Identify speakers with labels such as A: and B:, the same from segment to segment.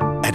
A: At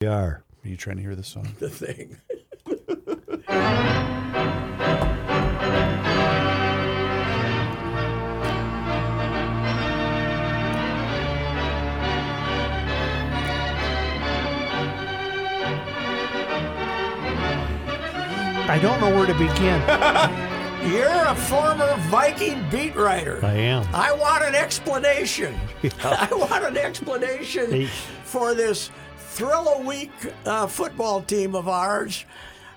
B: We are.
C: Are you trying to hear this song?
D: The thing.
B: I don't know where to begin.
D: You're a former Viking beat writer.
B: I am.
D: I want an explanation. I want an explanation
B: Hey.
D: for this thrill a week uh, football team of ours.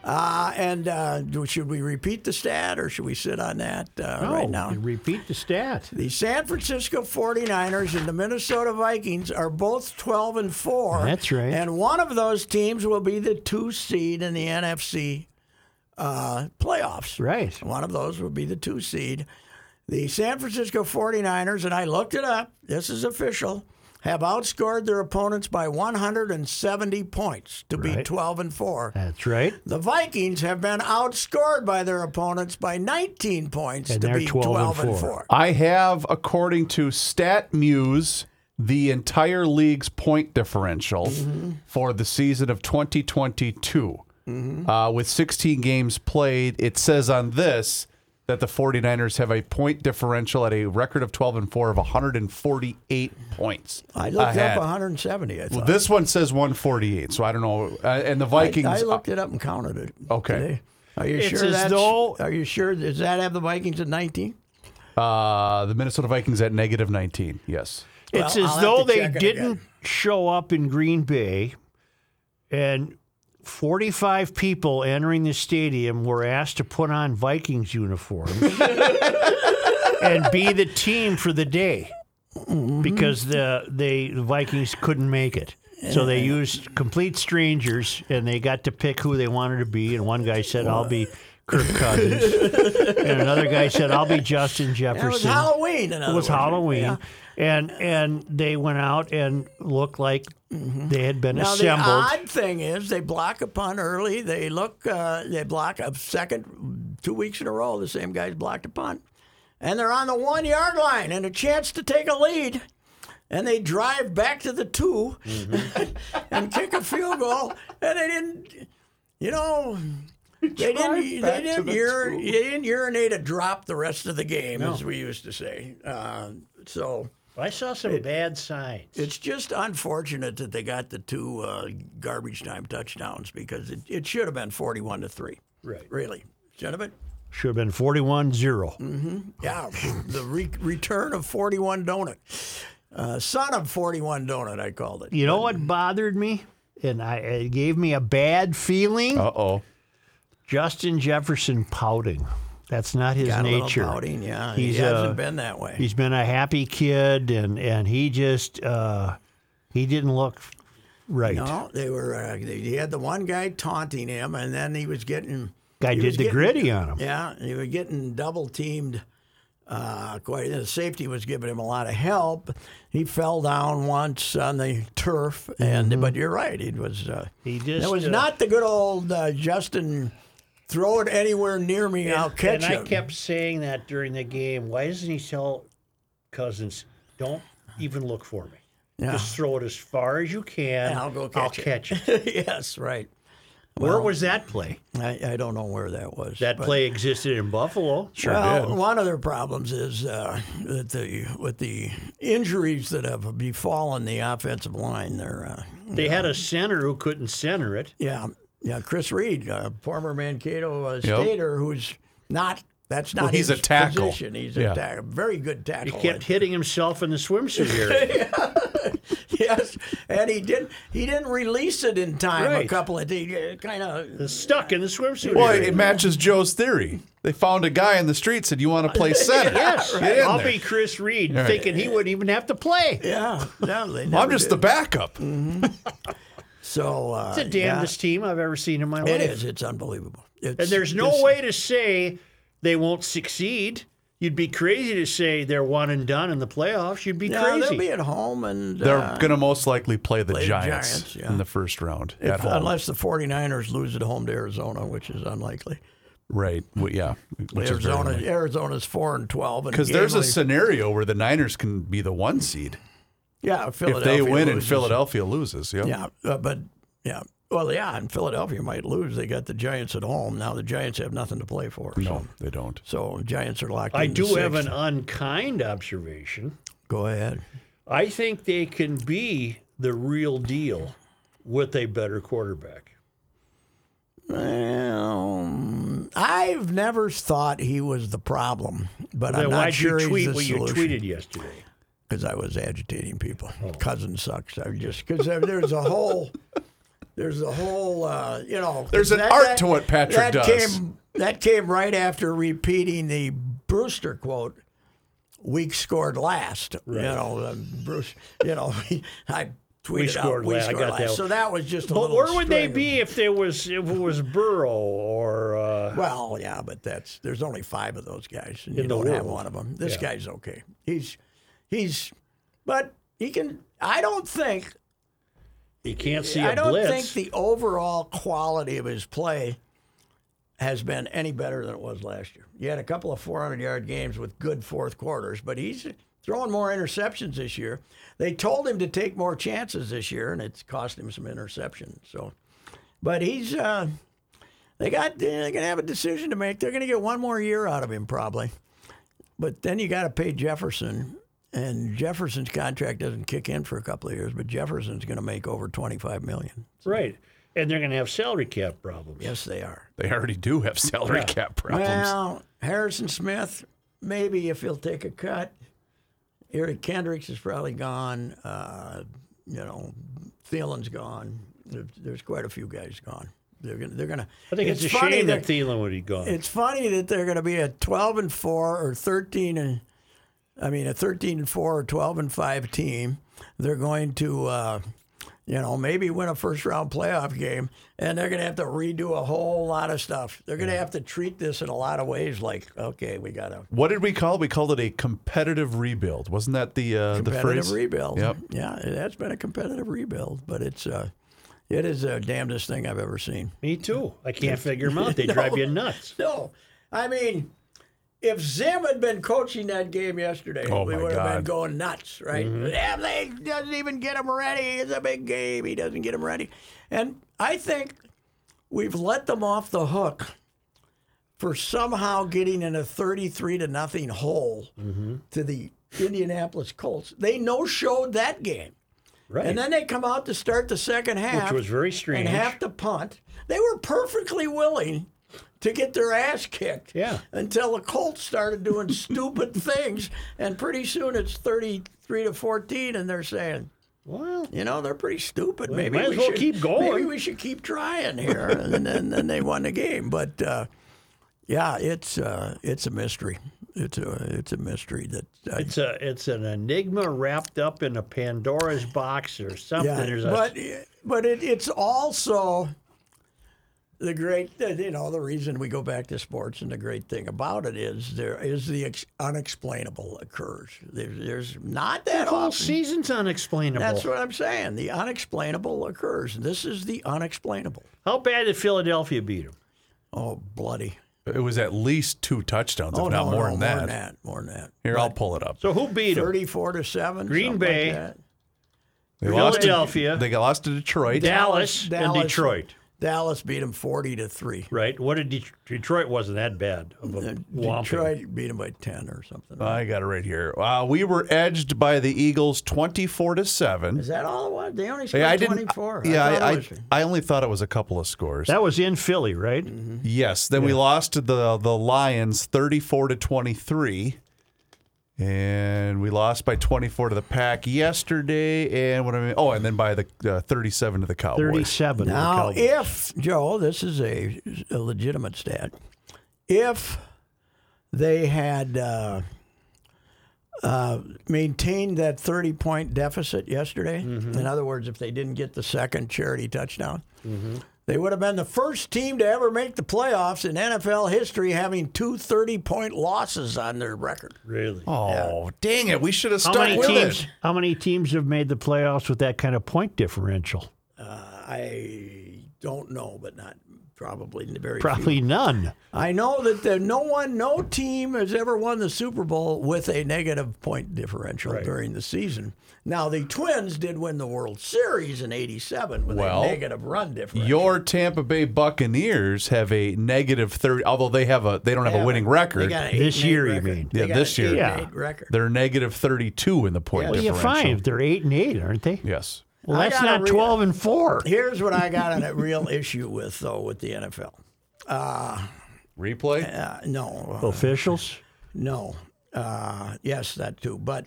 D: Uh, and uh, do- should we repeat the stat or should we sit on that uh, right
B: No,
D: now?
B: you Repeat the stat.
D: The San Francisco 49ers and the Minnesota Vikings are both 12 and 4.
B: That's right.
D: And one of those teams will be the two seed in the NFC uh, playoffs.
B: Right.
D: One of those would be the two seed. The San Francisco 49ers, and I looked it up, this is official, have outscored their opponents by 170 points to be
B: Right.
D: 12 and 4.
B: That's right.
D: The Vikings have been outscored by their opponents by 19 points
B: And
D: to
B: they're
D: be
B: 12 and
D: 12 and 4.
B: four.
E: I have, according to StatMuse, the entire league's point differential
D: Mm-hmm.
E: for the season of 2022.
D: Mm-hmm.
E: Uh, with 16 games played, it says on this that the 49ers have a point differential at a record of 12 and 4 of 148 points.
D: I looked
E: ahead.
D: up 170, I thought.
E: Well, this one says 148, so I don't know. Uh, and the Vikings.
D: I, I looked it up and counted it.
E: Okay.
D: today. Are you
B: It's
D: sure
B: as
D: that's,
B: though-
D: Are you sure? Does that have the Vikings at 19?
E: Uh, the Minnesota Vikings at negative 19. Yes.
B: It's
D: Well, I'll
B: as
D: have
B: though
D: to
B: they
D: check it
B: didn't
D: again.
B: show up in Green Bay and 45 people entering the stadium were asked to put on Vikings uniforms and be the team for the day because the they the Vikings couldn't make it. So they used complete strangers and they got to pick who they wanted to be and one guy said I'll be Kirk Cousins and another guy said I'll be Justin Jefferson.
D: That was Halloween. In
B: It was
D: other words.
B: Halloween,
D: Yeah.
B: and and they went out and looked like they had been
D: Mm-hmm. Now the
B: assembled.
D: odd thing is they block a punt early. They look. Uh, they block a second, two weeks in a row. The same guys blocked a punt, and they're on the one yard line and a chance to take a lead. And they drive back to the 2 and kick a field goal, and they didn't. You know, they didn't. They didn't, ur- they didn't urinate a drop the rest of the game, as we used to say. Uh, so.
B: I saw some bad signs.
D: It's just unfortunate that they got the two uh, garbage time touchdowns because it, it should have been 41 to 3.
B: Right.
D: Really. Should have been.
B: Should have been 41-0.
D: Mm-hmm. Yeah. the re- return of 41 Donut. Uh, son of 41 Donut, I called it.
B: You know what bothered me, and I it gave me a bad feeling.
E: Uh oh.
B: Justin Jefferson pouting. That's not his
D: Got a little
B: nature.
D: pouting, yeah.
B: He's,
D: he hasn't
B: uh,
D: been that way.
B: He's been a happy kid, and and he just uh, he didn't look right.
D: No, they were. Uh, they, he had the one guy taunting him, and then he was getting.
B: Guy
D: he
B: did
D: was
B: the
D: getting-
B: gritty on him.
D: Yeah, and he was getting double teamed. Uh, quite the safety was giving him a lot of help. He fell down once on the turf, and but you're right, it was uh,
B: Mm-hmm. He just
D: that was
B: uh,
D: not the good old uh, Justin. Throw it anywhere near me, I'll catch
B: and
D: it.
B: I kept saying that during the game. Why doesn't he tell Cousins, don't even look for me?
D: Yeah.
B: Just throw it as far as you can.
D: And I'll go catch it."
B: it."
D: yes, right.
B: Where was that play?
D: I, I don't know where that was.
B: That
D: but-
B: play existed in Buffalo.
E: Sure
D: well,
E: did.
D: one of their problems is uh, that the with the injuries that have befallen the offensive line. They're uh,
B: They had a center who couldn't center it.
D: yeah, yeah. Chris Reed, uh, former Mankato uh, Stater, who's not. That's not.
E: Well, he's
D: his
E: a tackle.
D: Position. He's a
E: Yeah.
D: tackle. Very good
B: He
D: tackle.
B: kept hitting himself in the swimsuit area.
D: yes, and he didn't. He didn't release it in time. A
B: Right.
D: couple of uh, kind of.
B: It's Stuck in the swimsuit
E: Well,
B: area.
E: it matches Joe's theory. They found a guy in the street said, "You want to play center?"
B: Yes,
E: Get in
B: I'll
E: there.
B: be Chris Reed,
E: right.
B: thinking he wouldn't even have to play.
D: Yeah, no, they
E: I'm
D: never
E: just the
D: did.
E: backup.
D: So uh,
B: It's the damnedest team I've ever seen in my
D: yeah,
B: life.
D: it is. It's unbelievable. It's,
B: And there's no
D: this-
B: way to say they won't succeed. You'd be crazy to say they're one and done in the playoffs. You'd be
D: No,
B: crazy.
D: they'll be at home and
E: They're
D: uh,
E: going to most likely play the
D: the
E: Giants,
D: Giants, yeah.
E: in the first round
D: if-
E: at home.
D: unless the 49ers lose at home to Arizona, which is unlikely.
E: right. Well, yeah. Which is very
D: Arizona,
E: unlikely.
D: Arizona's four and twelve, and
E: Because there's a
D: Gainley-
E: scenario where the Niners can be the one seed
D: yeah,
E: if
D: Philadelphia
E: they win and
D: loses.
E: Philadelphia loses. Yeah.
D: Yeah, uh, but yeah, well, yeah, and Philadelphia might lose. They got the Giants at home now. The Giants have nothing to play for.
E: No, they don't.
D: So, so Giants are locked.
B: I
D: in
B: do
D: sixth.
B: have an unkind observation.
D: Go ahead.
B: I think they can be the real deal with a better quarterback.
D: Um, I've never thought he was the problem, but I'm
B: Then
D: not
B: why'd
D: sure
B: you tweet
D: he's the
B: what you tweeted yesterday?
D: because I was agitating people.
B: Oh.
D: Cousin sucks. I just because there's a whole, there's a whole, uh, you know.
E: There's an art to what Patrick
D: that
E: does.
D: Came, that came right after repeating the Brewster quote. Week scored last. You know, uh, Bruce. You know, I tweeted
B: scored
D: out. We
B: last. I
D: scored
B: got
D: last.
B: that one.
D: So that was just. A
B: But
D: little
B: where would they
D: string of-
B: be if there was if it was Burrow or uh,
D: Well, yeah, but that's there's only five of those guys, and you
B: In the
D: don't have
B: world.
D: one of them. This guy's okay. He's he's, but he can. I don't think.
B: you can't see
D: I
B: a
D: don't
B: blitz?
D: think the overall quality of his play has been any better than it was last year. You had a couple of 400 yard games with good fourth quarters, but he's throwing more interceptions this year. They told him to take more chances this year, and it's cost him some interceptions. So, but he's uh, they got they're going to have a decision to make. They're going to get one more year out of him probably, but then you got to pay Jefferson. And Jefferson's contract doesn't kick in for a couple of years, but Jefferson's going to make over twenty-five million.
B: right, and they're going to have salary cap problems.
D: Yes, they are.
E: They already do have salary cap problems.
D: Well, Harrison Smith, maybe if he'll take a cut. Eric Kendricks is probably gone. Uh, you know, Thielen's gone. There, there's quite a few guys gone. They're gonna. They're gonna.
B: I think it's, a
D: funny
B: shame that Thielen would be gone.
D: it's funny that they're going to be at 12 and 4 or 13 and I mean a 13 and 4 or 12 and 5 team. They're going to uh, you know, maybe win a first round playoff game and they're going to have to redo a whole lot of stuff. They're going to have to treat this in a lot of ways like okay, we got to
E: What did we call? We called it a competitive rebuild. Wasn't that the uh, the
D: competitive
E: phrase?
D: rebuild.
E: Yep.
D: Yeah, it has been a competitive rebuild, but it's uh it is the damnedest thing I've ever seen.
B: Me too. I can't figure them out. They drive you nuts.
D: No, I mean, if Zim had been coaching that game yesterday,
E: Oh,
D: we
E: my
D: would have been
E: God. Mm-hmm.
D: going nuts, right? Damn, they doesn't even get him ready. It's a big game. He doesn't get him ready, and I think we've let them off the hook for somehow getting in a thirty-three to nothing hole
E: Mm-hmm.
D: to the Indianapolis Colts. They no showed that game.
B: Right.
D: And then they come out to start the second half,
B: was very strange.
D: and have to punt. They were perfectly willing to get their ass kicked.
B: Yeah.
D: Until the Colts started doing stupid things, and pretty soon it's thirty-three to fourteen, and they're saying,
B: well,
D: you know, they're pretty stupid. maybe
B: might as
D: we
B: well
D: should
B: keep going.
D: Maybe we should keep trying here, and then then they won the game. But uh, yeah, it's uh, it's a mystery. It's a it's a mystery that I
B: it's a it's an enigma wrapped up in a Pandora's box or something. There's a,
D: but but it, it's also the great you know the reason we go back to sports and the great thing about it is there is the ex- unexplainable occurs. There's, there's not that
B: whole
D: often.
B: season's unexplainable.
D: That's what I'm saying. The unexplainable occurs. This is the unexplainable.
B: How bad did Philadelphia beat them?
D: Oh bloody!
E: It was at least two touchdowns,
D: Oh
E: if not
D: no,
E: more,
D: no, more
E: than, that.
D: than that. More than that.
E: Here, I'll pull it up.
B: So who beat them?
D: Thirty-four to seven.
B: Green
D: something like
B: Bay.
D: that.
E: They
B: Philadelphia.
E: Lost to, they got lost to Detroit.
B: Dallas, and
D: Dallas.
B: Detroit.
D: Dallas beat them forty to three.
B: Right. What did Det- Detroit wasn't that bad of a whomping.
D: Detroit beat them by ten or something.
E: I got it right here. Uh, we were edged by the Eagles, twenty-four to seven.
D: Is that all it was? They only scored
E: Yeah, I didn't. uh,
D: 24.
E: Yeah,
D: thought it
E: I, I,
D: was-
E: I only thought it was a couple of scores.
B: That was in Philly, right?
D: Mm-hmm.
E: Yes. Then we lost to the the Lions 34 to 23. And we lost by 24 to the Pack yesterday and what I mean oh and then by the uh, 37 to the Cowboys.
B: Thirty-seven. were
D: now,
B: Cowboys.
D: if, Joe, this is a, a legitimate stat, if they had uh, maintained that 30 point deficit yesterday.
E: Mm-hmm.
D: In other words, if they didn't get the second charity touchdown,
E: Mm-hmm.
D: they would have been the first team to ever make the playoffs in NFL history having two 30 point losses on their record.
B: Really?
E: Oh, dang it. We should have
B: How
E: stuck
B: many
E: with
B: teams?
E: it.
B: How many teams have made the playoffs with that kind of point differential?
D: I don't know, but not probably very few.
B: Probably none.
D: I know that the, no one, no team has ever won the Super Bowl with a negative point differential during the season. Now the Twins did win the World Series in '87 with
E: Well,
D: a negative run differential.
E: Your Tampa Bay Buccaneers have a negative 30, although they have a they don't have a winning
D: They
E: record.
D: got an
B: This
D: eight and eight
B: year, you
D: record.
B: mean.
D: They
E: Yeah,
D: got an
E: this year.
D: eight and
B: Yeah.
D: eight record.
E: They're negative 32 in the point
B: Well, you
E: differential.
B: find they're eight and eight, aren't they?
E: Yes.
B: Well,
D: I
B: that's
D: gotta
B: not
D: read it.
B: twelve and four.
D: Here's what I got a real issue with though with the NFL.
E: Replay?
D: Uh, no, uh,
B: Officials.
D: No. Uh, yes, that too. But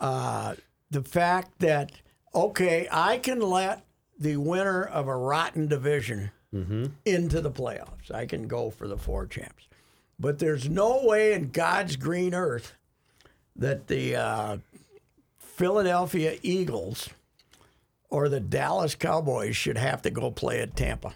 D: uh, the fact that, okay, I can let the winner of a rotten division into the playoffs, I can go for the four champs. But there's no way in God's green earth that the uh, Philadelphia Eagles or the Dallas Cowboys should have to go play at Tampa.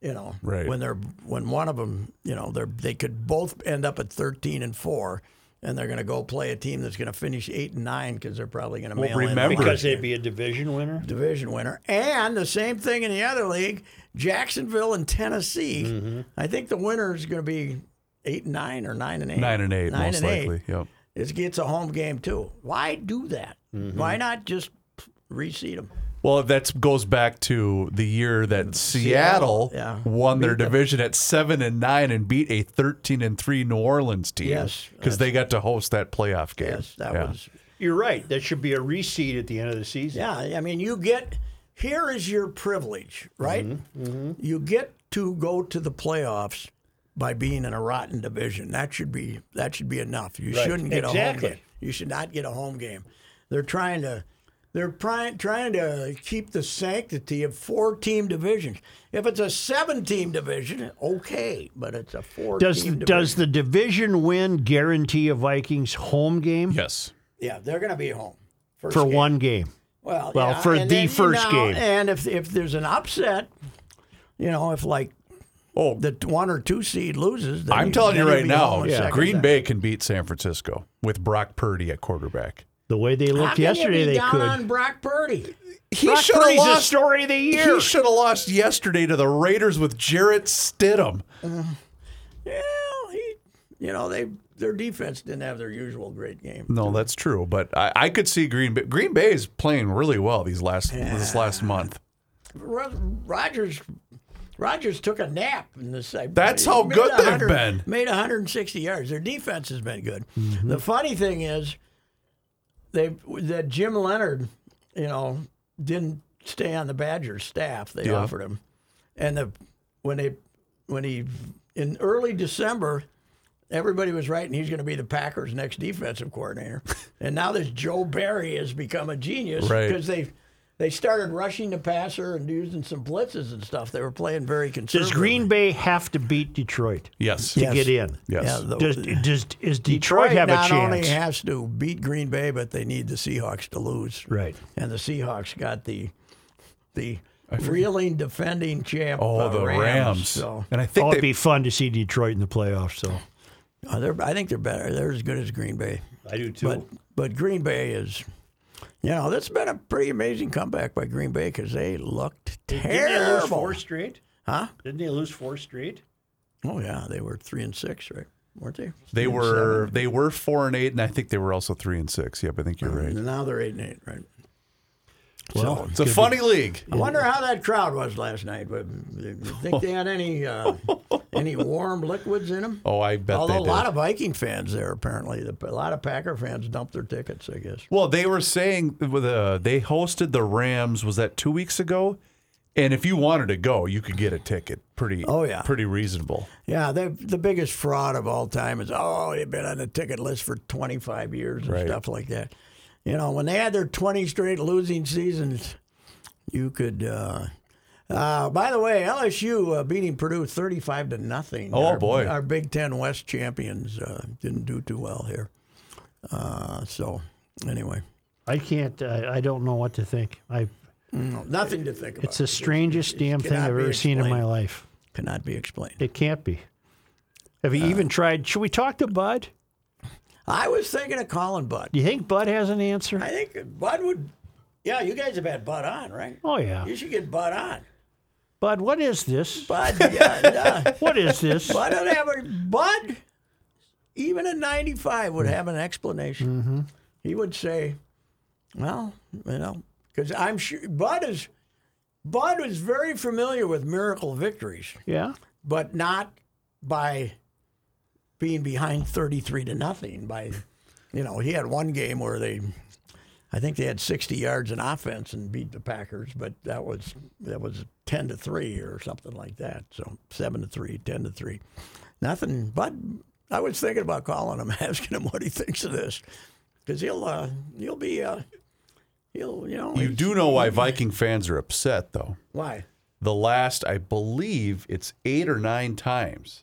D: You know,
E: Right.
D: when they're when one of them, you know, they are they could both end up at thirteen and four, and they're going to go play a team that's going to finish eight and nine because they're probably going to mail in
E: remember-
D: a
B: Because they'd be a division winner.
D: division winner. And the same thing in the other league, Jacksonville and Tennessee.
E: Mm-hmm.
D: I think the winner is going to be eight and nine or nine and eight.
E: 9 and 8
D: Nine
E: most
D: and eight.
E: likely. Yep.
D: It gets a home game too. Why do that?
E: Mm-hmm.
D: Why not just reseed them?
E: Well, that goes back to the year that Seattle,
D: yeah.
E: won their division at seven and nine and beat a thirteen and three New Orleans team.
D: Yes,
E: because they got to host that playoff game.
D: Yes, that
E: Yeah.
D: was.
B: You're right. That should be a reseed at the end of the season.
D: Yeah, I mean, you get here is your privilege, right?
B: Mm-hmm,
D: You get to go to the playoffs by being in a rotten division. That should be that should be enough. You shouldn't get
B: Exactly.
D: a home game. You should not get a home game. They're trying to they're trying trying to keep the sanctity of four team divisions. If it's a seven team division, okay, but it's a four
B: Does
D: team division.
B: does the division win guarantee a Vikings home game
E: Yes.
D: yeah, they're going to be home first
B: for
D: game.
B: one game?
D: Well,
B: Well,
D: yeah,
B: for
D: and
B: the
D: then,
B: first
D: you know,
B: game.
D: and if if there's an upset, you know, if like
E: Oh,
D: the one or two seed loses, then
E: I'm telling you
D: then
E: right
D: you'll be
E: now,
D: home in second
E: Green
D: then.
E: Bay can beat San Francisco with Brock Purdy at quarterback.
B: The way they
D: How
B: looked
D: can you
B: yesterday,
D: be
B: they
D: down
B: could.
D: on Brock Purdy.
E: He
B: Brock
E: should have
B: Purdy's the
E: lost.
B: story of the year.
E: He should have lost yesterday to the Raiders with Jarrett Stidham.
D: Yeah, he, you know, they their defense didn't have their usual great game.
E: No, that's true, but I, I could see Green Bay. Green Bay is playing really well these last this last month.
D: Rogers. Rogers took a nap in the second.
E: That's how
D: Made
E: good they've
D: 100
E: been. Mm-hmm.
D: Made 160 yards. Their defense has been good. The funny thing is, they that Jim Leonard, you know, didn't stay on the Badgers staff. They
E: Yeah.
D: offered him, and the when they when he in early December, everybody was writing he's going to be the Packers' next defensive coordinator, and now this Joe Barry has become a genius
E: Right.
D: because they. They started rushing the passer and using some blitzes and stuff. They were playing very
B: Does
D: conservative.
B: Green Bay have to beat Detroit
E: Yes.
B: to get in?
E: Yes.
D: the-
B: Does, does is Detroit, have a
D: uh, not
B: chance?
D: only has to beat Green Bay, but they need the Seahawks to lose.
B: Right.
D: And the Seahawks got the the reeling defending champ.
E: Oh,
D: uh,
E: the Rams.
D: So
E: And I
B: oh,
E: think
B: it'd
E: they,
B: be fun to see Detroit in the playoffs. So
D: uh, they're, I think they're better. They're as good as Green Bay.
B: I do too.
D: But but Green Bay is, you know, that's been a pretty amazing comeback by Green Bay because they looked terrible.
B: straight?
D: Huh?
B: Didn't they lose four straight?
D: Oh yeah, they were three and six, right? Weren't they? Three
E: they
D: and
E: were they were four and eight, and I think they were also three and six. Yep, I think you're right.
D: seven. And now they're eight and eight, right?
B: Well,
E: Mm-hmm. It's a funny league.
D: I wonder how that crowd was last night. But you think they had any uh, any warm liquids in them?
E: Oh, I bet
D: Although
E: they
D: a
E: did.
D: lot of Viking fans there apparently, The- a lot of Packer fans dumped their tickets. I guess.
E: well, they were saying with, uh, they hosted the Rams. Was that two weeks ago? And if you wanted to go, you could get a ticket. Pretty.
D: Oh, yeah.
E: Pretty reasonable.
D: Yeah, they the biggest fraud of all time is oh they've been on the ticket list for 25 years and
E: Right.
D: stuff like that. You know when they had their 20 straight losing seasons, you could. Uh, uh, by the way, LSU uh, beating Purdue 35 to nothing.
E: Oh,
D: Our-
E: boy.
D: Our Big Ten West champions uh, didn't do too well here. Uh, so anyway,
B: I can't. uh, I, I don't know what to think. I.
D: no, nothing to think about.
B: It's the strangest damn thing
D: cannot
B: I've
D: be
B: ever seen in my
D: explained.
B: life.
D: Cannot be explained.
B: It can't be. Have you even tried? Should we talk to Bud?
D: I was thinking of calling Bud.
B: Do you think Bud has an answer?
D: I think Bud would. Yeah, you guys have had Bud on, right?
B: oh yeah,
D: You should get Bud on.
B: Bud. What is this?
D: Bud, yeah, yeah.
B: What is this?
D: Bud would have a Bud. Even at 95 would have an explanation. He would say, "Well, you know, because I'm sure Bud is." Bud was very familiar with miracle victories,
B: Yeah.
D: but not by being behind 33 to nothing. By, you know, he had one game where they, I think they had 60 yards in offense and beat the Packers, but that was that was 10 to three or something like that. So seven to three, 10 to three, nothing. But I was thinking about calling him, asking him what he thinks of this, because he'll uh, he'll be uh, he'll you know
E: You
D: he's-
E: do know why Viking fans are upset, though.
D: why
E: The last, I believe, it's eight or nine times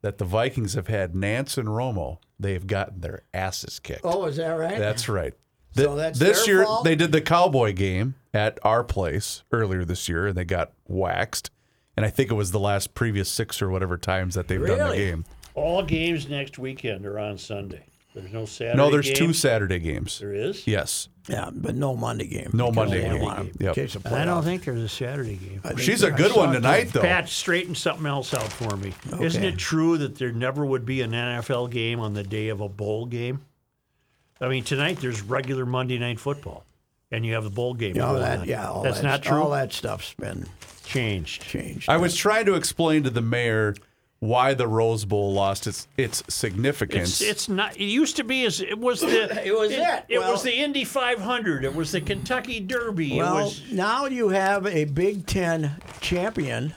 E: that the Vikings have had Nance and Romo. They've gotten their asses kicked.
D: oh is that right
E: That's right.
D: So
E: Th-
D: that's
E: this
D: their
E: year
D: fault?
E: they did the cowboy game at our place earlier this year and they got waxed. And I think it was the last previous six or whatever times that they've done the
D: Really?
E: game.
B: All games next weekend are on Sunday. There's no Saturday.
E: no, there's two
B: games.
E: Saturday games.
B: There is.
E: Yes.
D: yeah but no Monday game
E: No
D: Because
E: Monday
D: they
E: game.
D: want him in
E: Yep.
D: case of
B: I
D: playoffs.
B: don't think there's a Saturday game.
D: I think
E: She's a
D: that I
E: good one
D: saw it
E: tonight though.
B: Pat, straighten something else out for me. Isn't
D: Okay.
B: it true that there never would be an NFL game on the day of a bowl game? I mean, tonight there's regular Monday night football, and you have the bowl game.
D: Yeah, all
B: going
D: that,
B: on.
D: yeah, all
B: that's
D: that,
B: not true.
D: All that stuff's been
B: Changed.
D: changed.
E: I was trying to explain to the mayor why the Rose Bowl lost its its significance.
B: It's, it's not. It used to be as it was the
D: It was
B: it,
D: it.
B: it
D: Well-
B: was the Indy 500. It was the Kentucky Derby. it
D: well,
B: was
D: now you have a Big Ten champion,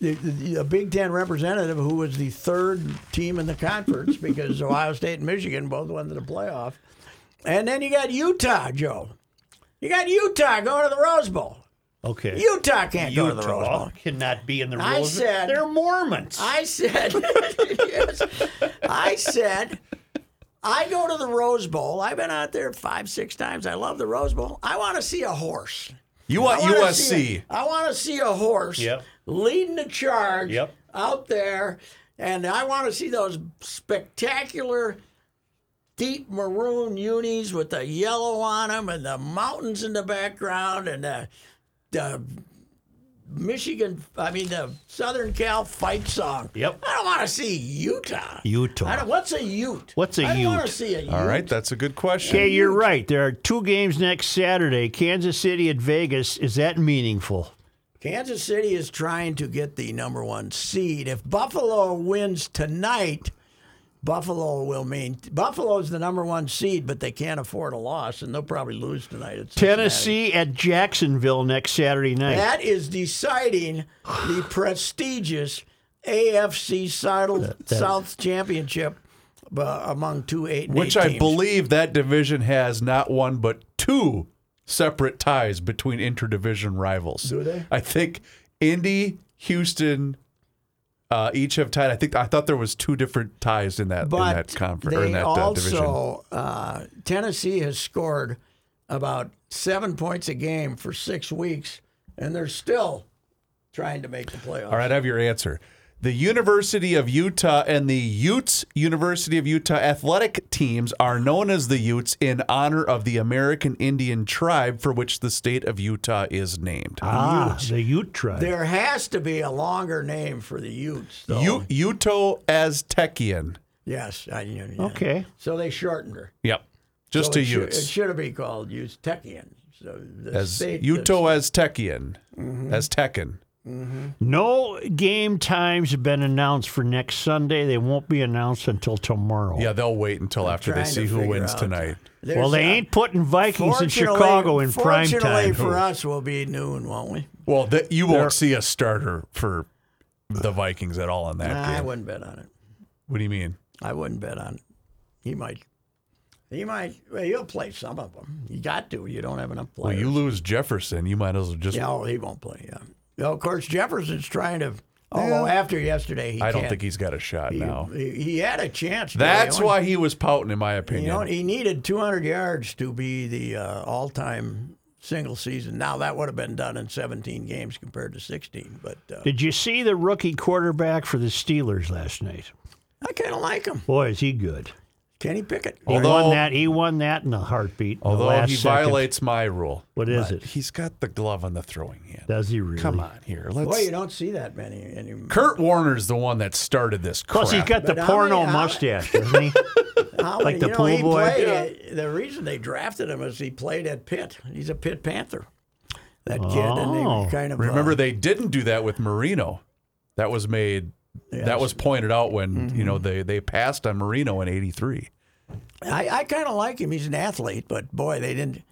D: the- the- a Big Ten representative who was the third team in the conference because Ohio State and Michigan both went to the playoff, and then you got Utah, Joe. You got Utah going to the Rose Bowl.
B: okay.
D: Utah can't go to the Rose
B: Utah
D: Bowl.
B: cannot be in the
D: I
B: Rose.
D: said-
B: They're Mormons.
D: I said, yes, I said, I go to the Rose Bowl. I've been out there five, six times. I love the Rose Bowl. I want to see a horse.
E: you want
D: I wanna
E: USC.
D: see a- I want to see a horse
B: Yep.
D: leading the charge
B: Yep.
D: out there, and I want to see those spectacular deep maroon unis with the yellow on them and the mountains in the background and the, the Michigan, I mean the Southern Cal fight song.
B: Yep.
D: I don't want to see Utah.
B: Utah.
D: I don't, what's a Ute?
B: What's a
D: I don't want
B: Ute?
D: to see a Ute.
E: All right, that's a good question.
B: Okay, you're right. There are two games next Saturday Kansas City at Vegas. Is that meaningful?
D: Kansas City is trying to get the number one seed. If Buffalo wins tonight, Buffalo will mean Buffalo's the number one seed, but they can't afford a loss, and they'll probably lose tonight. at Cincinnati.
B: Tennessee at Jacksonville next Saturday night.
D: That is deciding the prestigious AFC South, South Championship uh, among two eight. and
E: Which
D: eight
E: I
D: teams.
E: believe that division has not one but two separate ties between interdivision rivals. Do
D: they?
E: I think Indy, Houston, uh, each have tied. I think I thought there was two different ties in that in that conference or in
D: they
E: that uh, division.
D: also uh, Tennessee has scored about seven points a game for six weeks, and they're still trying to make the playoffs.
E: All right, I have your answer. The University of Utah and the Utes University of Utah athletic teams are known as the Utes in honor of the American Indian tribe for which the state of Utah is named.
B: ah, the Ute tribe.
D: There has to be a longer name for the Utes, though.
E: U- Uto Aztecian.
D: yes, I knew. yeah.
B: Okay.
D: So they shortened her.
E: Yep. Just
D: so
E: to
D: it should-
E: Utes.
D: It should have been called Utekian. So the Mm-hmm.
E: As
D: state-
E: Uto Aztecian. Aztecan.
B: No game times have been announced for next Sunday. They won't be announced until tomorrow.
E: Yeah, they'll wait until after they
D: trying
E: see
D: to
E: who
D: figure
E: wins
D: out.
E: tonight.
D: there's
B: well, they
D: a-
B: ain't putting Vikings in
D: fortunately-
B: Chicago in prime
D: Fortunately
B: time.
D: for us, will be noon, won't we?
E: Well, that you won't see a starter for the Vikings at all in that
D: Nah, I
E: game.
D: wouldn't bet on it.
E: What do you mean?
D: I wouldn't bet on. He might. He might. Well, he'll play some of them. You got to. You don't have enough
E: Well,
D: players. oh,
E: you lose Jefferson, you might as well just.
D: No, he won't play. Yeah. Well, of course, Jefferson's trying to Although after yesterday, he
E: I don't
D: can't.
E: think he's got a shot now.
D: he, he had a chance. Gary.
E: That's
D: Only-
E: why he was pouting, in my
D: You
E: opinion.
D: know, he needed 200 yards to be the uh, all-time single season. Now that would have been done in 17 games compared to 16, but uh,
B: Did you see the rookie quarterback for the Steelers last night?
D: I kind of like him.
B: Boy, is he good.
D: Kenny Pickett.
B: he won
E: although
B: that, he won that in a heartbeat. in the
E: Oh. although
B: last
E: he
B: second.
E: violates my rule,
B: What is it?
E: he's got the glove on the throwing hand.
B: Does he really?
E: Come on here, let's.
D: Boy, you don't see that many. Any,
E: Kurt Warner's the one that started this. Crap.
B: Plus, he's got the
D: But how
B: porno
D: many- how-
B: mustache, doesn't he?
D: how many-
B: the
D: you know,
B: pool
D: he
B: boy.
D: played- uh, the reason they drafted him is he played at Pitt. He's a Pitt Panther. That kid, and they
B: Oh.
D: were kind of uh,
E: Remember, they didn't do that with Marino. That was made. That was pointed out when you
B: Mm-hmm.
E: know they they passed on Marino in '83.
D: I, I kind of like him. He's an athlete, but boy, they didn't.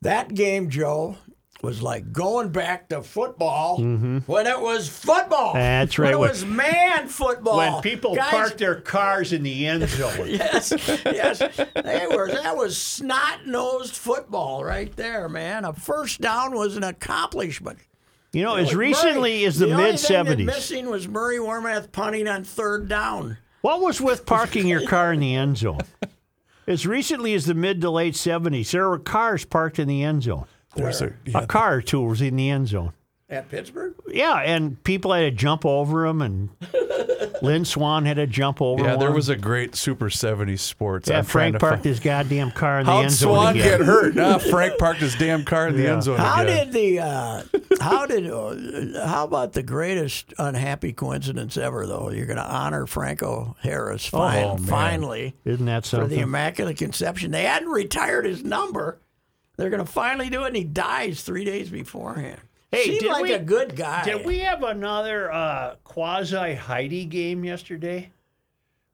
D: That game, Joe, was like going back to football when it was football.
B: Mm-hmm. That's right.
D: When
B: When-
D: it was man football.
B: When people
D: Oh, Guys,
B: park their cars in the end zone.
D: Yes, yes. They were, that was snot nosed football right there, man. A first down was an accomplishment.
B: You know, as
D: Like,
B: recently
D: Murray-
B: as the,
D: the
B: mid
D: seventies.
B: 70s,
D: Missing was Murray Warmath punting on third down.
B: what was with parking your car in the end zone? As recently as the mid to late 70s, there were cars parked in the end zone.
E: There's a,
B: A car or two was in the end zone.
D: At Pittsburgh?
B: Yeah, and people had to jump over them, and Lynn Swan had to jump over
E: yeah, there
B: one.
E: was a great Super '70s sports.
B: Yeah,
E: I'm trying
B: Frank
E: to
B: parked
E: find-
B: his goddamn car in the
E: How'd
B: end zone
E: Swan
B: again.
E: get hurt? Nah, Frank parked his damn car in the end zone
D: How did
E: again.
D: the uh, how did uh, how about the greatest unhappy coincidence ever though? You're going to honor Franco Harris
B: Oh,
D: fin-
E: man.
D: finally
B: Isn't that
D: for the
B: something?
D: Immaculate Conception. They hadn't retired his number. They're going to finally do it, and he dies three days beforehand.
B: Hey,
D: Seemed
B: did
D: like
B: we-
D: a good guy.
B: Did we have another uh, quasi Heidi game yesterday?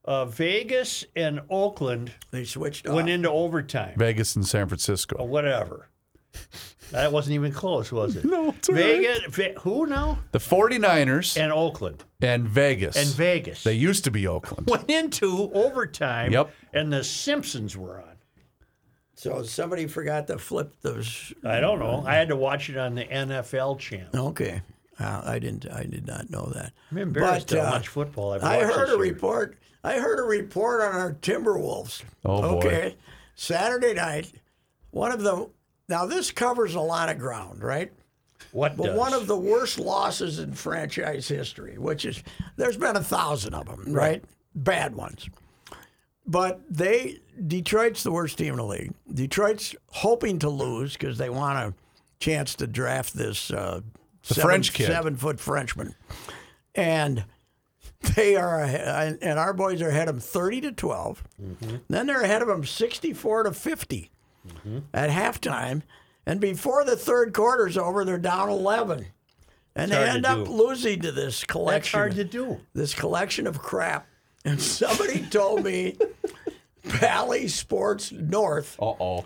B: Uh, Vegas and Oakland
D: They switched
B: went
D: off.
B: into overtime
E: Vegas and San
B: or
E: Francisco?
B: whatever. That wasn't even close, was it?
E: No, it's all right.
B: Vegas, Ve- who now?
E: The 49ers
B: And Oakland
E: and Vegas.
B: and Vegas.
E: They used to be Oakland.
B: went into overtime.
E: Yep.
B: And the Simpsons were on.
D: so somebody forgot to flip those.
B: I don't know. I had to watch it on the NFL channel.
D: Okay, uh, I didn't. I did not know that.
B: I'm embarrassed
D: But,
B: how
D: uh,
B: much football I've
D: I
B: watched
D: heard
B: this
D: a
B: year.
D: report. I heard a report on our Timberwolves.
E: Oh, boy.
D: Okay, Saturday night, one of the now this covers a lot of ground, right?
B: What
D: But
B: does?
D: one of the worst losses in franchise history, which is there's been a thousand of them, right? Bad ones. But they Detroit's the worst team in the league. Detroit's hoping to lose because they want a chance to draft this uh, seven,
E: French kid.
D: seven foot Frenchman, and they are ahead, and our boys are ahead of them thirty to 12 Then they're ahead of them sixty four to fifty
B: Mm-hmm.
D: at halftime, and before the third quarter's over, they're down eleven, and they
B: hard to
D: end up
B: do.
D: losing to this collection.
B: That's hard to do.
D: This collection of crap, and somebody told me Valley Sports North.
E: Uh oh.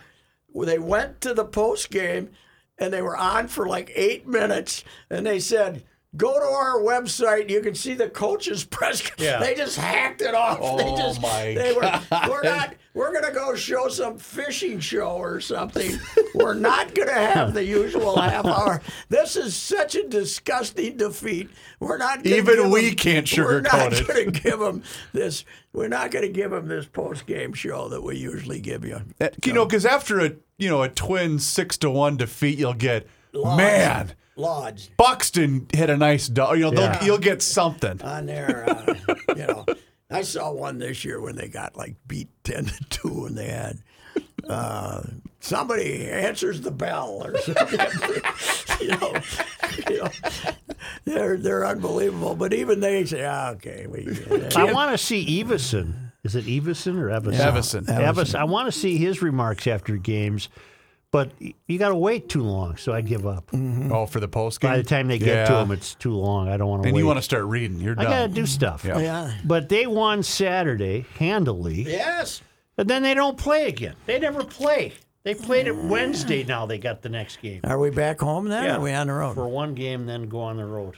D: They went to the post game, and they were on for like eight minutes, and they said. Go to our website. You can see the coaches' press.
B: Yeah.
D: They just hacked it off. they
E: Oh,
D: just,
E: my
D: they were, We're not. We're gonna go show some fishing show or something. we're not gonna have the usual half hour. This is such a disgusting defeat. We're not. Gonna
E: Even
D: give
E: we
D: 'em-
E: can't
D: We're not
E: sugarcoat it.
D: gonna give them this. We're not gonna give them this post game show that we usually give you.
E: You know, because after a you know a twin six to one defeat, you'll get
D: Lodge.
E: man.
D: Lodge.
E: Buxton hit a nice dog. You know, they'll-
B: Yeah.
E: you'll get something.
D: on there. Uh, you know, I saw one this year when they got like beat ten to two, and they had uh, somebody answers the bell or something. you know, you know, they're they're unbelievable. But even they say, ah, okay, we.
B: I want to see Everson. Is it Everson or Everson?
E: Everson.
B: Everson. I want to see his remarks after games, but y- you got to wait too long, so I give up.
E: Oh, for the post game.
B: Mm-hmm. By the time they get to
E: Yeah.
B: him, it's too long. I don't want to
E: and
B: wait.
E: you want to start reading, you're
B: I got to
E: done.
B: do stuff.
E: Yeah.
D: Yeah.
B: But they won Saturday handily,
D: Yes.
B: and then they don't play again. They never play. They played it Wednesday. Now they got the next game
D: Are we back home then? Are we on the road?
B: for one game, then go on the road.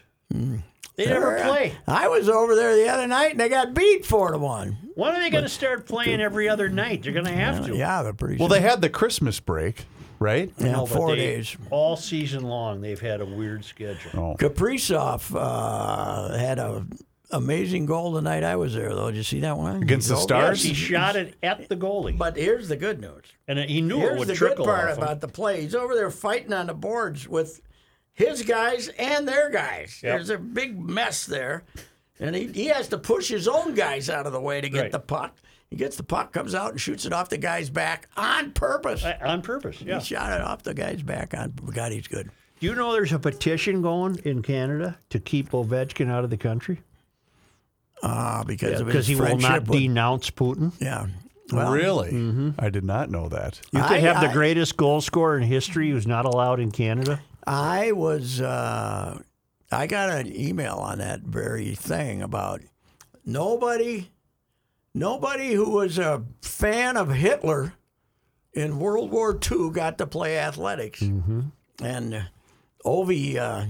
B: They never play.
D: I was over there the other night, and they got beat four to one.
B: When are they going to start playing every other night? They're going to have to.
D: Yeah, they're pretty.
E: Well, they had the Christmas break, right?
D: Yeah,
B: No, Oh, but
D: four
B: they-
D: days.
B: All season long, they've had a weird schedule.
D: Kaprizov uh, had a amazing goal the night I was there, though. Did you see that one
E: Against the
D: Goal?
E: Stars?
B: He shot it at the goalie,
D: But here's the good news.
B: and he knew it
D: Here's
B: would
D: the good
B: trickle
D: part
B: off him.
D: about the play. He's over there fighting on the boards with his guys and their guys. There's a big mess there. And he, he has to push his own guys out of the way to get
B: Right.
D: the puck. He gets the puck, comes out, and shoots it off the guy's back on purpose.
B: Uh, on purpose. Yeah.
D: He shot it off the guy's back on God, he's good.
B: Do you know there's a petition going in Canada to keep Ovechkin out of the country
D: Ah, because of his
B: because he will
D: friendship
B: not
D: with-
B: denounce Putin?
D: Yeah.
E: really?
B: mm-hmm.
E: I did not know that.
B: You could
D: I-
B: have
D: I-
B: the greatest goal scorer in history who's not allowed in Canada.
D: I was uh, I got an email on that very thing about nobody nobody who was a fan of Hitler in World War II got to play athletics.
E: Mm-hmm.
D: And Ovi, uh,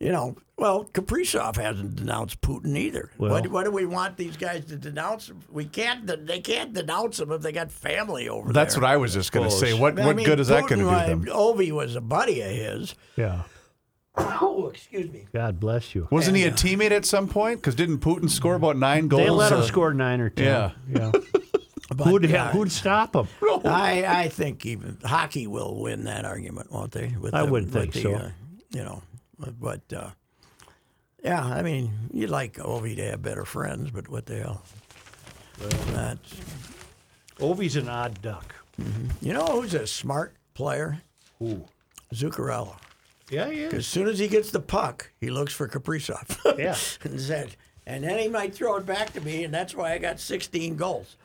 D: you know, well, Kaprizov hasn't denounced Putin either. what, what do we want these guys to denounce? We can't. They can't denounce him if they got family over
E: That's
D: there.
E: what I was just going to say. What what
D: mean,
E: good is that going to do
D: Putin,
E: them?
D: uh, Ovi was a buddy of his.
B: Yeah.
D: Oh, excuse me.
B: God bless you.
E: Wasn't he a teammate at some point? Because didn't Putin score about nine goals?
B: uh, They let him
E: uh,
B: score nine or ten.
E: Yeah.
B: Yeah.
D: But,
B: who'd,
D: yeah,
B: who'd stop him?
D: I, I think even hockey will win that argument, won't they? With
B: I would think so.
D: uh, you know, but uh, yeah, I mean, you'd like Ovi to have better friends, but what the hell? That's,
B: Ovi's an odd duck.
D: you know who's a smart player?
B: Who?
D: Zuccarello.
B: Yeah, yeah.
D: As soon as he gets the puck, he looks for Kaprizov.
B: Yeah.
D: and said, and then he might throw it back to me, and that's why I got 16 goals.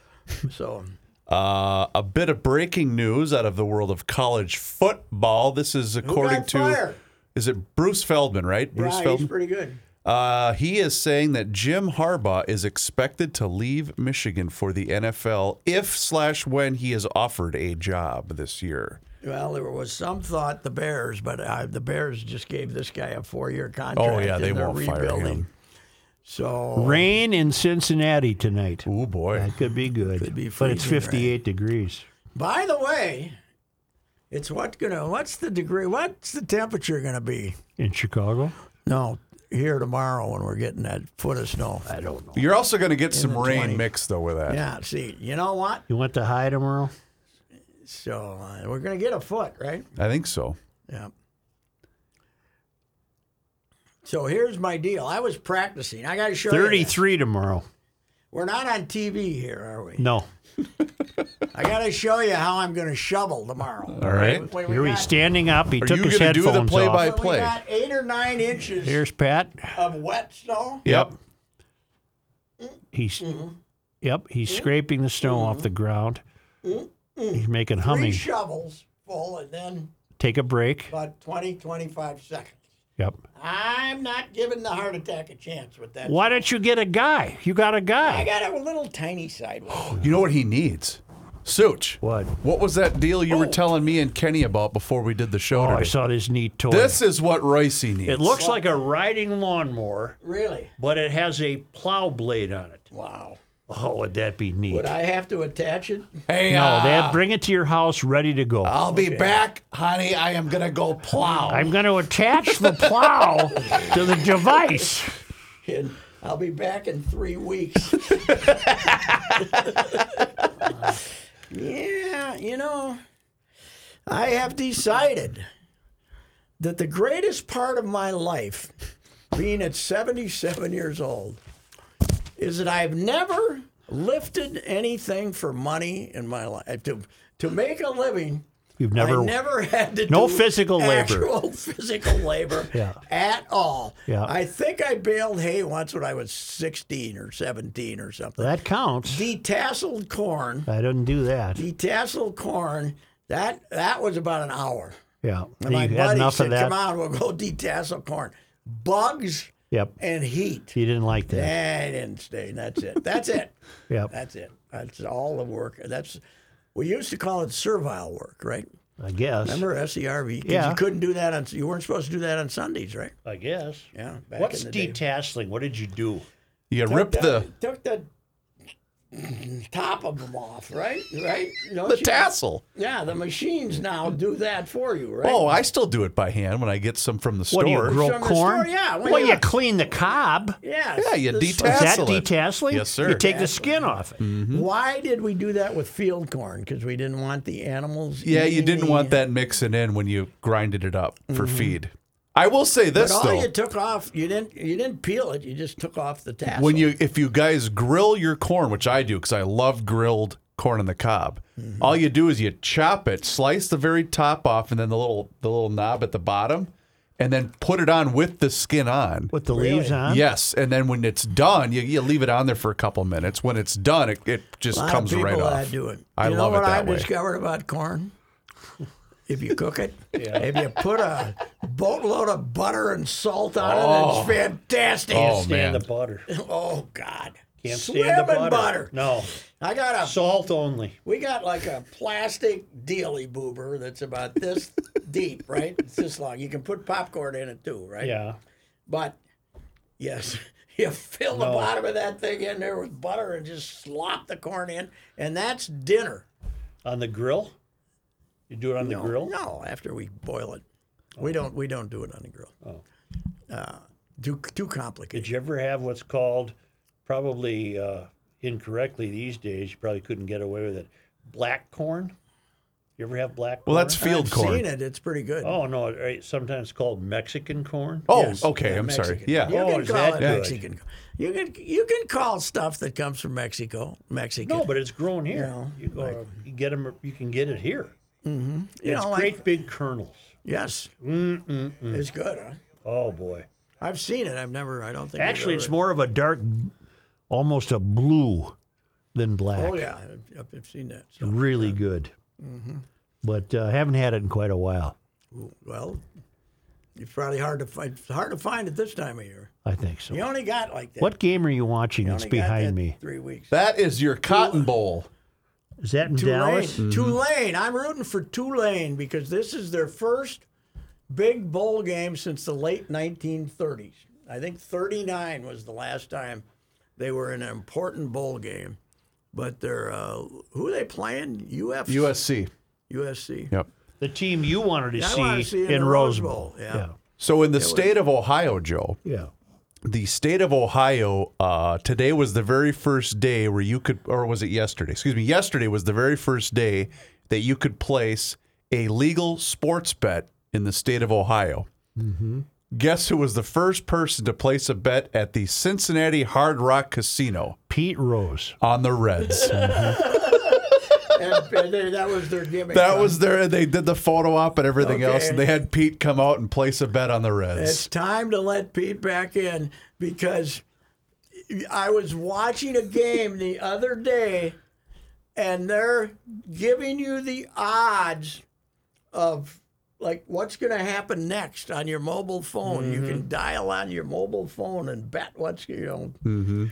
D: So.
E: Uh, a bit of breaking news out of the world of college football. This is according
D: got
E: to
D: fired?
E: is it Bruce Feldman, right? Bruce
D: yeah, he's
E: Feldman.
D: pretty good.
E: Uh, he is saying that Jim Harbaugh is expected to leave Michigan for the NFL if slash when he is offered a job this year.
D: Well, there was some thought the Bears, but uh, the Bears just gave this guy a four-year contract.
E: Oh yeah, they
D: and they're
E: won't
D: rebuilding.
E: fire him.
D: So
B: Rain in Cincinnati tonight.
E: Oh boy,
B: That could be good.
D: Could be
B: but it's
D: freezing rain.
B: 58 degrees.
D: By the way, it's what gonna what's the degree what's the temperature gonna be?
B: In Chicago?
D: No, here tomorrow when we're getting that foot of snow. I don't know.
E: you're also going to get some
D: the
E: rain
D: 20.
E: mixed though with that.
D: Yeah, see, you know what?
B: You want to high tomorrow?
D: So uh, we're gonna get a foot, right?
E: I think so.
D: Yeah. So here's my deal. I was practicing. I got to show you. this.
B: 33 tomorrow.
D: We're not on TV here, are we?
B: No.
D: I got to show you how I'm going to shovel tomorrow.
E: All right.
D: Wait, we
B: Here he's
D: got-
B: standing up. He
E: Are
B: took
E: you
B: his
E: gonna do the
B: headphones
E: play-by-
B: off.
D: so
E: play.
D: We got eight or nine inches
B: Here's Pat.
D: of wet snow.
E: Yep.
B: He's
D: Mm-hmm.
B: Yep, he's scraping the snow off the ground. He's making
D: Mm-hmm. Three
B: humming.
D: shovels full, and then
B: Take a break.
D: about 20, 25 seconds.
B: Yep.
D: I'm not giving the heart attack a chance with that.
B: Why don't you get a guy? You got a
D: I
B: guy.
D: got a little tiny sidewalk.
E: You know what he needs? Such.
B: What?
E: What was that deal you were telling me and Kenny about before we did the show
B: Oh, I
E: today?
B: saw this neat toy.
E: This is what Royce needs.
B: it looks like a riding lawnmower,
D: really?
B: but it has a plow blade on it.
D: Wow.
B: Oh, would that be neat?
D: Would I have to attach it?
E: Hey,
B: no,
E: uh,
B: Oh, they
D: Ah.
B: have, bring it to your house ready to go.
E: I'll be back, honey. I am gonna go plow.
B: I'm going to attach the plow to the device.
D: And I'll be back in three weeks. yeah, you know, I have decided that the greatest part of my life, being at 77 years old, is that I've never lifted anything for money in my life. To, to make a living,
B: You've never.
D: I never had to
B: No
D: do
B: physical labor.
D: actual physical labor
B: Yeah.
D: at all.
B: Yeah.
D: I think I baled hay once when I was 16 or 17 or something.
B: that counts.
D: Detasseled corn,
B: I didn't do that.
D: detasseled corn. That that was about an hour.
B: Yeah.
D: And my
B: you had
D: buddy
B: enough
D: said,
B: of that.
D: "Come on, we'll go detassel corn." Bugs
B: Yep.
D: and heat.
B: You didn't like that.
D: I didn't stay. That's it. That's it.
B: Yep.
D: That's it. That's all the work. That's we used to call it servile work, right?
B: I guess.
D: Remember SERV? 'Cause
B: Yeah.
D: You couldn't do that on. You weren't supposed to do that on Sundays, right?
B: I guess.
D: Yeah. Back
B: What's
D: in the day.
B: detasseling? What did you do?
E: you rip the
D: Took the top of them off, right? Right? Don't
E: The
D: you-
E: tassel.
D: Yeah, the machines now do that for you, right?
E: Oh, I still do it by hand when I get some from the
B: What do you
E: store.
B: grow
D: From the
B: corn?
D: store, yeah, when
B: Well,
D: you-
B: you clean the cob.
D: yeah.
E: yeah, you
D: This-
B: Is that
E: detasseling.
B: detasseling?
E: Yes, sir. Mm-hmm.
B: You take the skin off it.
D: Why did we do that with field corn? Because we didn't want the animals.
E: Yeah, you
D: eating
E: didn't
D: the-
E: want that mixing in when you grinded it up for
B: Mm-hmm.
E: feed. I will say this
D: But all
E: though.
D: you took off, you didn't you didn't peel it. You just took off the tassel.
E: when you if you guys grill your corn, which I do because I love grilled corn on the cob,
B: Mm-hmm.
E: all you do is you chop it, slice the very top off, and then the little the little knob at the bottom, and then put it on with the skin on.
B: With the leaves on?
E: Yes, and then when it's done, you, you leave it on there for a couple minutes. When it's done, it, it just
D: a lot
E: comes
D: of people
E: right
D: that
E: off.
D: do it.
E: I
D: you know
E: love
D: what
E: it that
D: I've
E: way.
D: discovered about corn? If you cook it, if you put a boatload of butter and salt on it, it's fantastic.
E: Oh man,
B: butter.
D: Oh, God.
B: Can't
D: Swimming
B: stand the butter.
D: butter.
B: No,
D: I got a
B: salt only.
D: We got like a plastic dealy boober that's about this deep, right? It's this long. You can put popcorn in it too, right?
B: Yeah.
D: But yes, you fill the bottom of that thing in there with butter and just slop the corn in, and that's dinner.
B: On the grill? You do it on the grill?
D: No, after we boil it, we don't we don't do it on the grill. Oh, uh, too too complicated.
B: Did you ever have what's called, probably uh, incorrectly these days, you probably couldn't get away with it, black corn? You ever have black corn?
E: well that's field
D: I've
E: corn.
D: Seen it? It's pretty good.
B: Oh, no, right, sometimes called Mexican corn.
E: Oh,
D: Yes.
E: okay.
D: Yeah,
E: I'm sorry.
D: Mexican.
E: Yeah.
D: You
B: Oh,
D: can
B: is
D: call
B: that
D: it
B: good?
D: Mexican. You can you can call stuff that comes from Mexico Mexican.
B: No, but it's grown here.
D: No,
B: you, go, uh, you get 'em- you can get it here.
D: you
B: it's
D: know, like-
B: great big kernels.
D: yes, it's good. Huh?
B: Oh, boy.
D: I've seen it. I've never. I don't think. I've
B: Actually,
D: ever-
B: it's more of a dark, almost a blue than black.
D: Oh yeah, Mm-hmm. I've, I've seen that. So,
B: Really good. But uh, haven't had it in quite a while,
D: well, it's probably hard to find. It's hard to find at this time of year.
B: I think so.
D: You only got like that.
B: What game are you watching
D: You
B: that's
D: only got that
B: behind me?
D: Three weeks.
E: That is your cotton bowl.
B: Is that in
D: Tulane.
B: Dallas?
D: Tulane. I'm rooting for Tulane because this is their first big bowl game since the late 1930s. I think 39 was the last time they were in an important bowl game. But they're uh, who are they playing? UF
E: USC.
D: USC.
E: Yep.
B: The team you wanted to,
D: I
B: see,
D: wanna see it
B: in Rose Bowl.
D: Yeah.
E: So in the state of Ohio, Joe,
B: Yeah.
E: the state of Ohio, uh, today was the very first day where you could, or was it yesterday? Excuse me, yesterday was the very first day that you could place a legal sports bet in the state of Ohio.
D: Mm-hmm.
E: Guess who was the first person to place a bet at the Cincinnati Hard Rock Casino
B: Pete Rose.
E: on the Reds?
D: And- and they- that was their gimmick.
E: that
D: huh?
E: was their, they did the photo op and everything else,
D: Okay.
E: and they had Pete come out and place a bet on the Reds.
D: It's time to let Pete back in because I was watching a game the other day and they're giving you the odds of like what's going to happen next on your mobile phone. You can dial on your mobile phone and bet what's, you know.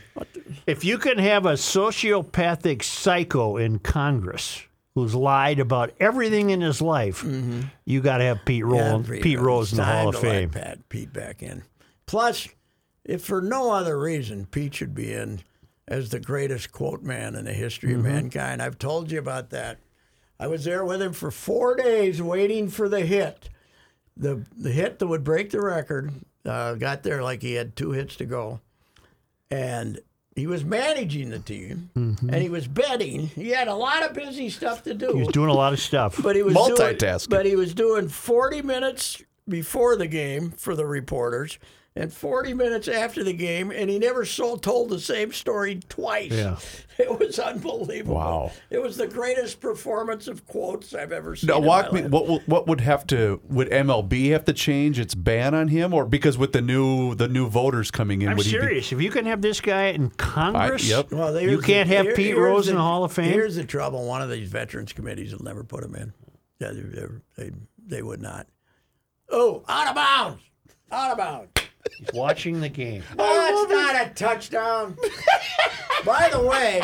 B: If you can have a sociopathic psycho in Congress who's lied about everything in his life,
D: Mm-hmm.
B: you got to have Pete, Roll,
D: Every-
B: Pete Rose in the
D: time
B: Hall of
D: to let
B: Fame.
D: Pat- Pete back in. Plus, if for no other reason, Pete should be in as the greatest quote man in the history
B: Mm-hmm.
D: of mankind. I've told you about that. I was there with him for four days waiting for the hit. The, the hit that would break the record uh, got there like he had two hits to go. And he was managing the team and he was betting. He had a lot of busy stuff to do
B: Mm-hmm. He was doing a lot of stuff.
D: but he was
E: Multitasking.
D: Doing, but he was doing 40 minutes before the game for the reporters and 40 minutes after the game, and he never so told the same story twice.
B: Yeah.
D: It was unbelievable.
E: Wow.
D: It was the greatest performance of quotes I've ever seen.
E: Now,
D: in
E: walk
D: my
E: me.
D: life.
E: What will- what would have to would MLB have to change its ban on him, or because with the new the new voters coming in,
B: I'm
E: would
B: serious. If you can have this guy in Congress,
E: yep.
D: Well, there's
B: you
D: the-
B: can't have
D: here-
B: Pete
D: here's
B: Rose in the Hall of Fame.
D: Here's the trouble: one of these veterans committees will never put him in. Yeah, they, they, they, they would not. Oh, out of bounds! Out of bounds!
B: He's watching the game.
D: That's not a touchdown. By the way,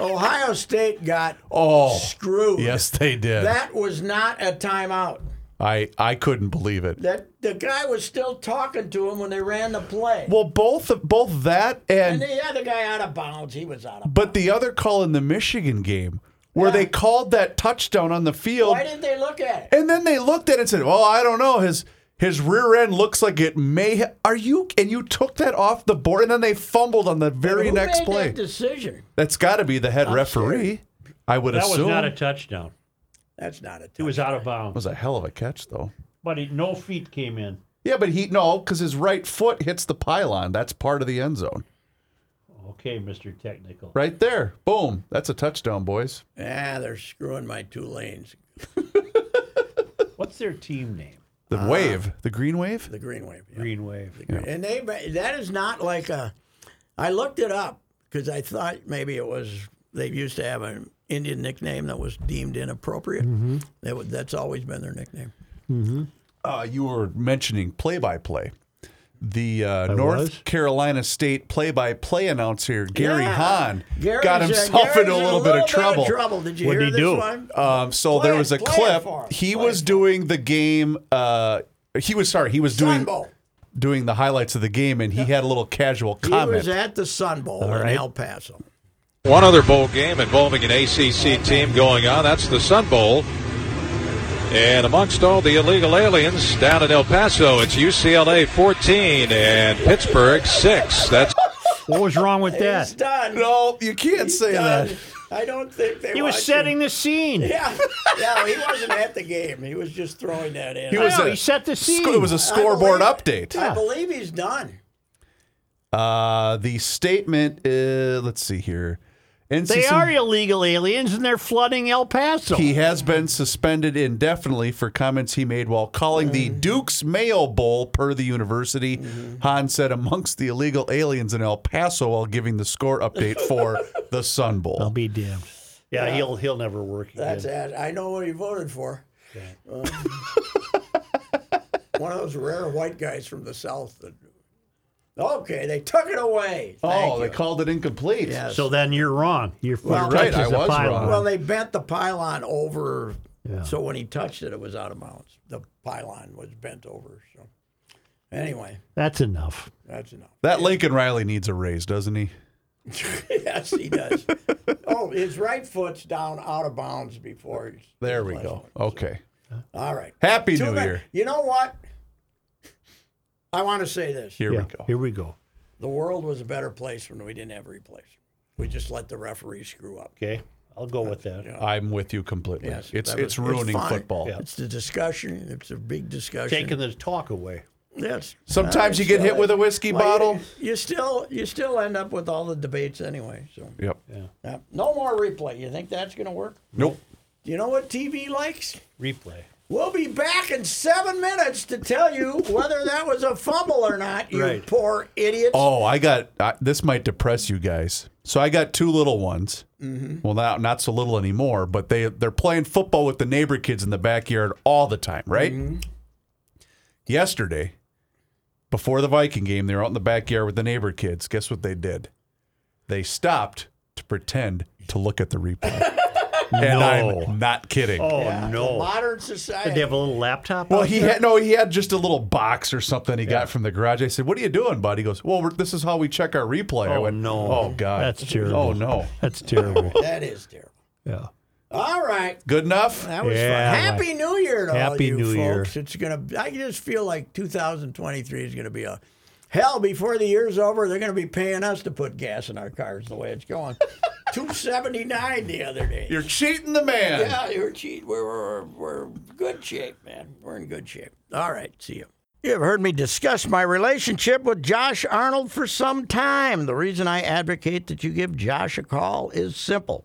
D: Ohio State got
E: be? Oh,
D: screwed.
E: yes, they did.
D: That was not a timeout.
E: I I couldn't believe it.
D: That the guy was still talking to him when they ran the play.
E: Well, both of- both that
D: and
E: and
D: the other guy out of bounds. He was out of.
E: but the other call in the Michigan game where they called that touchdown on the field,
D: Why didn't they look at it?
E: and then they looked at it and said, "Well, I don't know. His his rear end looks like it may. Ha- Are you?" And you took that off the board, and then they fumbled on the very
D: Who
E: next
D: made
E: play.
D: that decision?
E: That's got to be the head referee. I would
B: That was
E: assume.
B: not a touchdown.
D: That's not a.
B: It was out of bounds.
E: was a hell of a catch, though.
B: But he, no feet came in.
E: Yeah, but he no, because his right foot hits the pylon. That's part of the end zone,
B: Okay, Mr. Technical.
E: right there. Boom. That's a touchdown, boys.
D: Ah, they're screwing my two lanes.
B: What's their team name?
E: The wave, the green wave.
D: The Green Wave. yeah.
B: Green Wave.
D: And they that is not like a. I looked it up because I thought maybe it was they used to have an Indian nickname that was deemed inappropriate.
E: Mm-hmm.
D: That wa- that's always been their nickname.
E: Uh, you were mentioning play-by-play. The uh, North
B: was?
E: Carolina State play-by-play announcer Gary
D: Yeah.
E: Hahn got
D: Gary's, uh,
E: himself
D: Gary's
E: into a little, bit of trouble.
D: Did you
B: What'd
D: hear
B: he
D: this
B: do?
D: one?
E: Um, so
D: Play
E: there
D: it,
E: was a
D: play it
E: clip.
D: for 'em,
E: He
D: play
E: was
D: it.
E: doing the game. Uh, he was sorry. He was doing
D: Sun Bowl.
E: doing the highlights of the game, and he had a little casual
D: He
E: comment.
D: was at the Sun Bowl in El Paso.
C: One other bowl game involving an ACC team going on. That's the Sun Bowl. And amongst all the illegal aliens down in El Paso, it's UCLA 14 and Pittsburgh 6. That's
B: What was wrong with
D: It's
B: that?
D: done.
E: no, you can't say
D: done.
E: that.
D: I don't think they.
B: He was
D: watched
B: setting
D: Him.
B: the scene.
D: Yeah, yeah. He wasn't at the game. He was just throwing that in.
E: He
B: I
E: was
B: know,
E: a-
B: he set the scene.
E: Sc- It was a
D: I believe-
E: scoreboard update.
D: I believe he's done.
E: Uh, the statement. Uh, let's see here. NCC
B: They are illegal aliens and they're flooding El Paso.
E: He has been suspended indefinitely for comments he made while calling the Duke's Mayo Bowl, per the university. Hahn said amongst the illegal aliens in El Paso while giving the score update for the Sun
B: I'll
E: Bowl.
B: be damned. Yeah, he'll he'll never work again.
D: That's it. I know what he voted for. Um, one of those rare white guys from the South. That, okay, they took it away. Thank
E: Oh,
D: you.
E: they called it incomplete.
D: Yes.
B: So then you're wrong. You're,
D: Well,
B: your
D: Right,
B: touch
E: I
B: is a
E: was
B: pylon.
E: wrong.
D: well, they bent the pylon over, so when he touched it, it was out of bounds. The pylon was bent over. So, anyway,
B: That's enough.
D: that's enough.
E: That Lincoln Riley needs a raise, doesn't he?
D: yes, he does. oh, his right foot's down out of bounds before. He's,
E: There we go. Okay.
D: All right.
E: Happy
D: Two
E: New
D: min-
E: Year.
D: You know what? I want to say this.
E: Here
B: yeah,
E: we go.
B: Here we go.
D: The world was a better place when we didn't have replays. We just let the referee screw up.
B: Okay, I'll go with that.
E: I'm with you completely.
D: Yes,
E: it's
D: that was-
E: it's ruining
D: fine.
E: football.
D: It's the discussion. It's a big discussion.
B: Taking the talk away.
D: yes.
E: Sometimes you get hit with a whiskey bottle.
D: You, you still you still end up with all the debates anyway. So
E: Yep.
D: yeah. no more replay. You think that's going to work?
E: Nope.
D: You know what TV likes?
B: Replay.
D: We'll be back in seven minutes to tell you whether that was a fumble or not. You
B: Right.
D: poor idiots.
E: Oh, I got I, this. Might depress you guys. So I got two little ones. Well, now not so little anymore. But they they're playing football with the neighbor kids in the backyard all the time, right? Yesterday, before the Viking game, they were out in the backyard with the neighbor kids. Guess what they did? They stopped to pretend to look at the replay. and I'm not kidding.
B: Oh
D: Yeah, the
B: no!
D: modern
B: Did they
D: society.
B: have a little laptop?
E: Well,
B: out
E: he
B: there?
E: had no. He had just a little box or something he got from the garage. I said, "What are you doing, bud?" He goes, "Well, we're, this is how we check our replay." I
B: Oh,
E: went,
B: no.
E: Oh god,
B: That's terrible.
E: Oh no,
B: That's terrible.
D: That is terrible.
B: yeah.
D: All right.
E: good enough.
D: That was
B: Yeah,
D: fun. Happy New Year to
B: Happy
D: all you
B: New Year.
D: folks. It's gonna. I just feel like 2023 is gonna be a hell. Before the year's over, they're gonna be paying us to put gas in our cars. The way it's going, 279 the other day.
E: You're cheating the man.
D: yeah, you're cheating. We're, we're we're good shape, man. We're in good shape. All right. See you. You have heard me discuss my relationship with Josh Arnold for some time. The reason I advocate that you give Josh a call is simple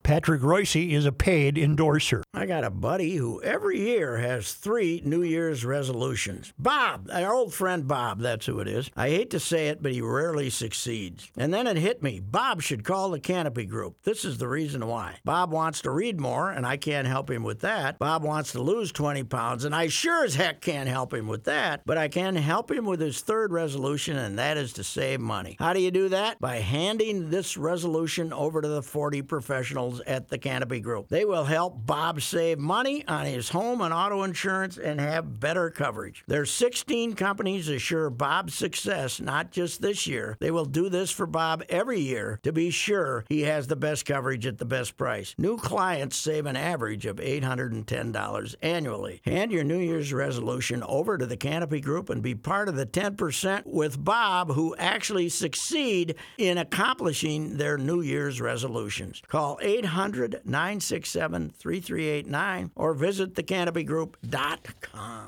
B: Patrick Royce is a paid endorser.
D: I got a buddy who every year has three New Year's resolutions. Bob, our old friend Bob, that's who it is. I hate to say it, but he rarely succeeds. And then it hit me Bob should call the Canopy Group. This is the reason why. Bob wants to read more, and I can't help him with that. Bob wants to lose 20 pounds, and I sure as heck can't help him with that. But I can help him with his third resolution, and that is to save money. How do you do that? By handing this resolution over to the 40 professionals at the Canopy Group. They will help Bob save money on his home and auto insurance and have better coverage. There's 16 companies assure Bob's success, not just this year. They will do this for Bob every year to be sure he has the best coverage at the best price. New clients save an average of $810 annually. Hand your New Year's resolution over to the Canopy Group and be part of the 10% with Bob who actually succeed in accomplishing their New Year's resolutions. Call 800 967 3389 or visit thecanopygroup.com.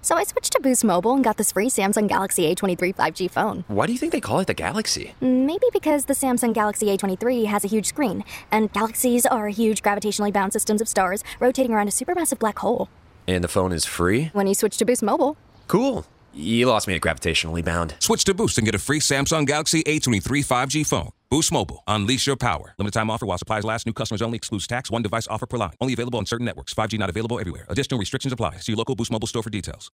F: So I switched to Boost Mobile and got this free Samsung Galaxy A23 5G phone.
G: Why do you think they call it the Galaxy?
F: Maybe because the Samsung Galaxy A23 has a huge screen, and galaxies are huge gravitationally bound systems of stars rotating around a supermassive black hole.
G: And the phone is free?
F: When you switch to Boost Mobile,
G: Cool. You lost me at gravitationally bound.
H: Switch to Boost and get a free Samsung Galaxy A23 5G phone. Boost Mobile. Unleash your power. Limited time offer while supplies last. New customers only. Excludes tax. One device offer per line. Only available on certain networks. 5G not available everywhere. Additional restrictions apply. See your local Boost Mobile store for details.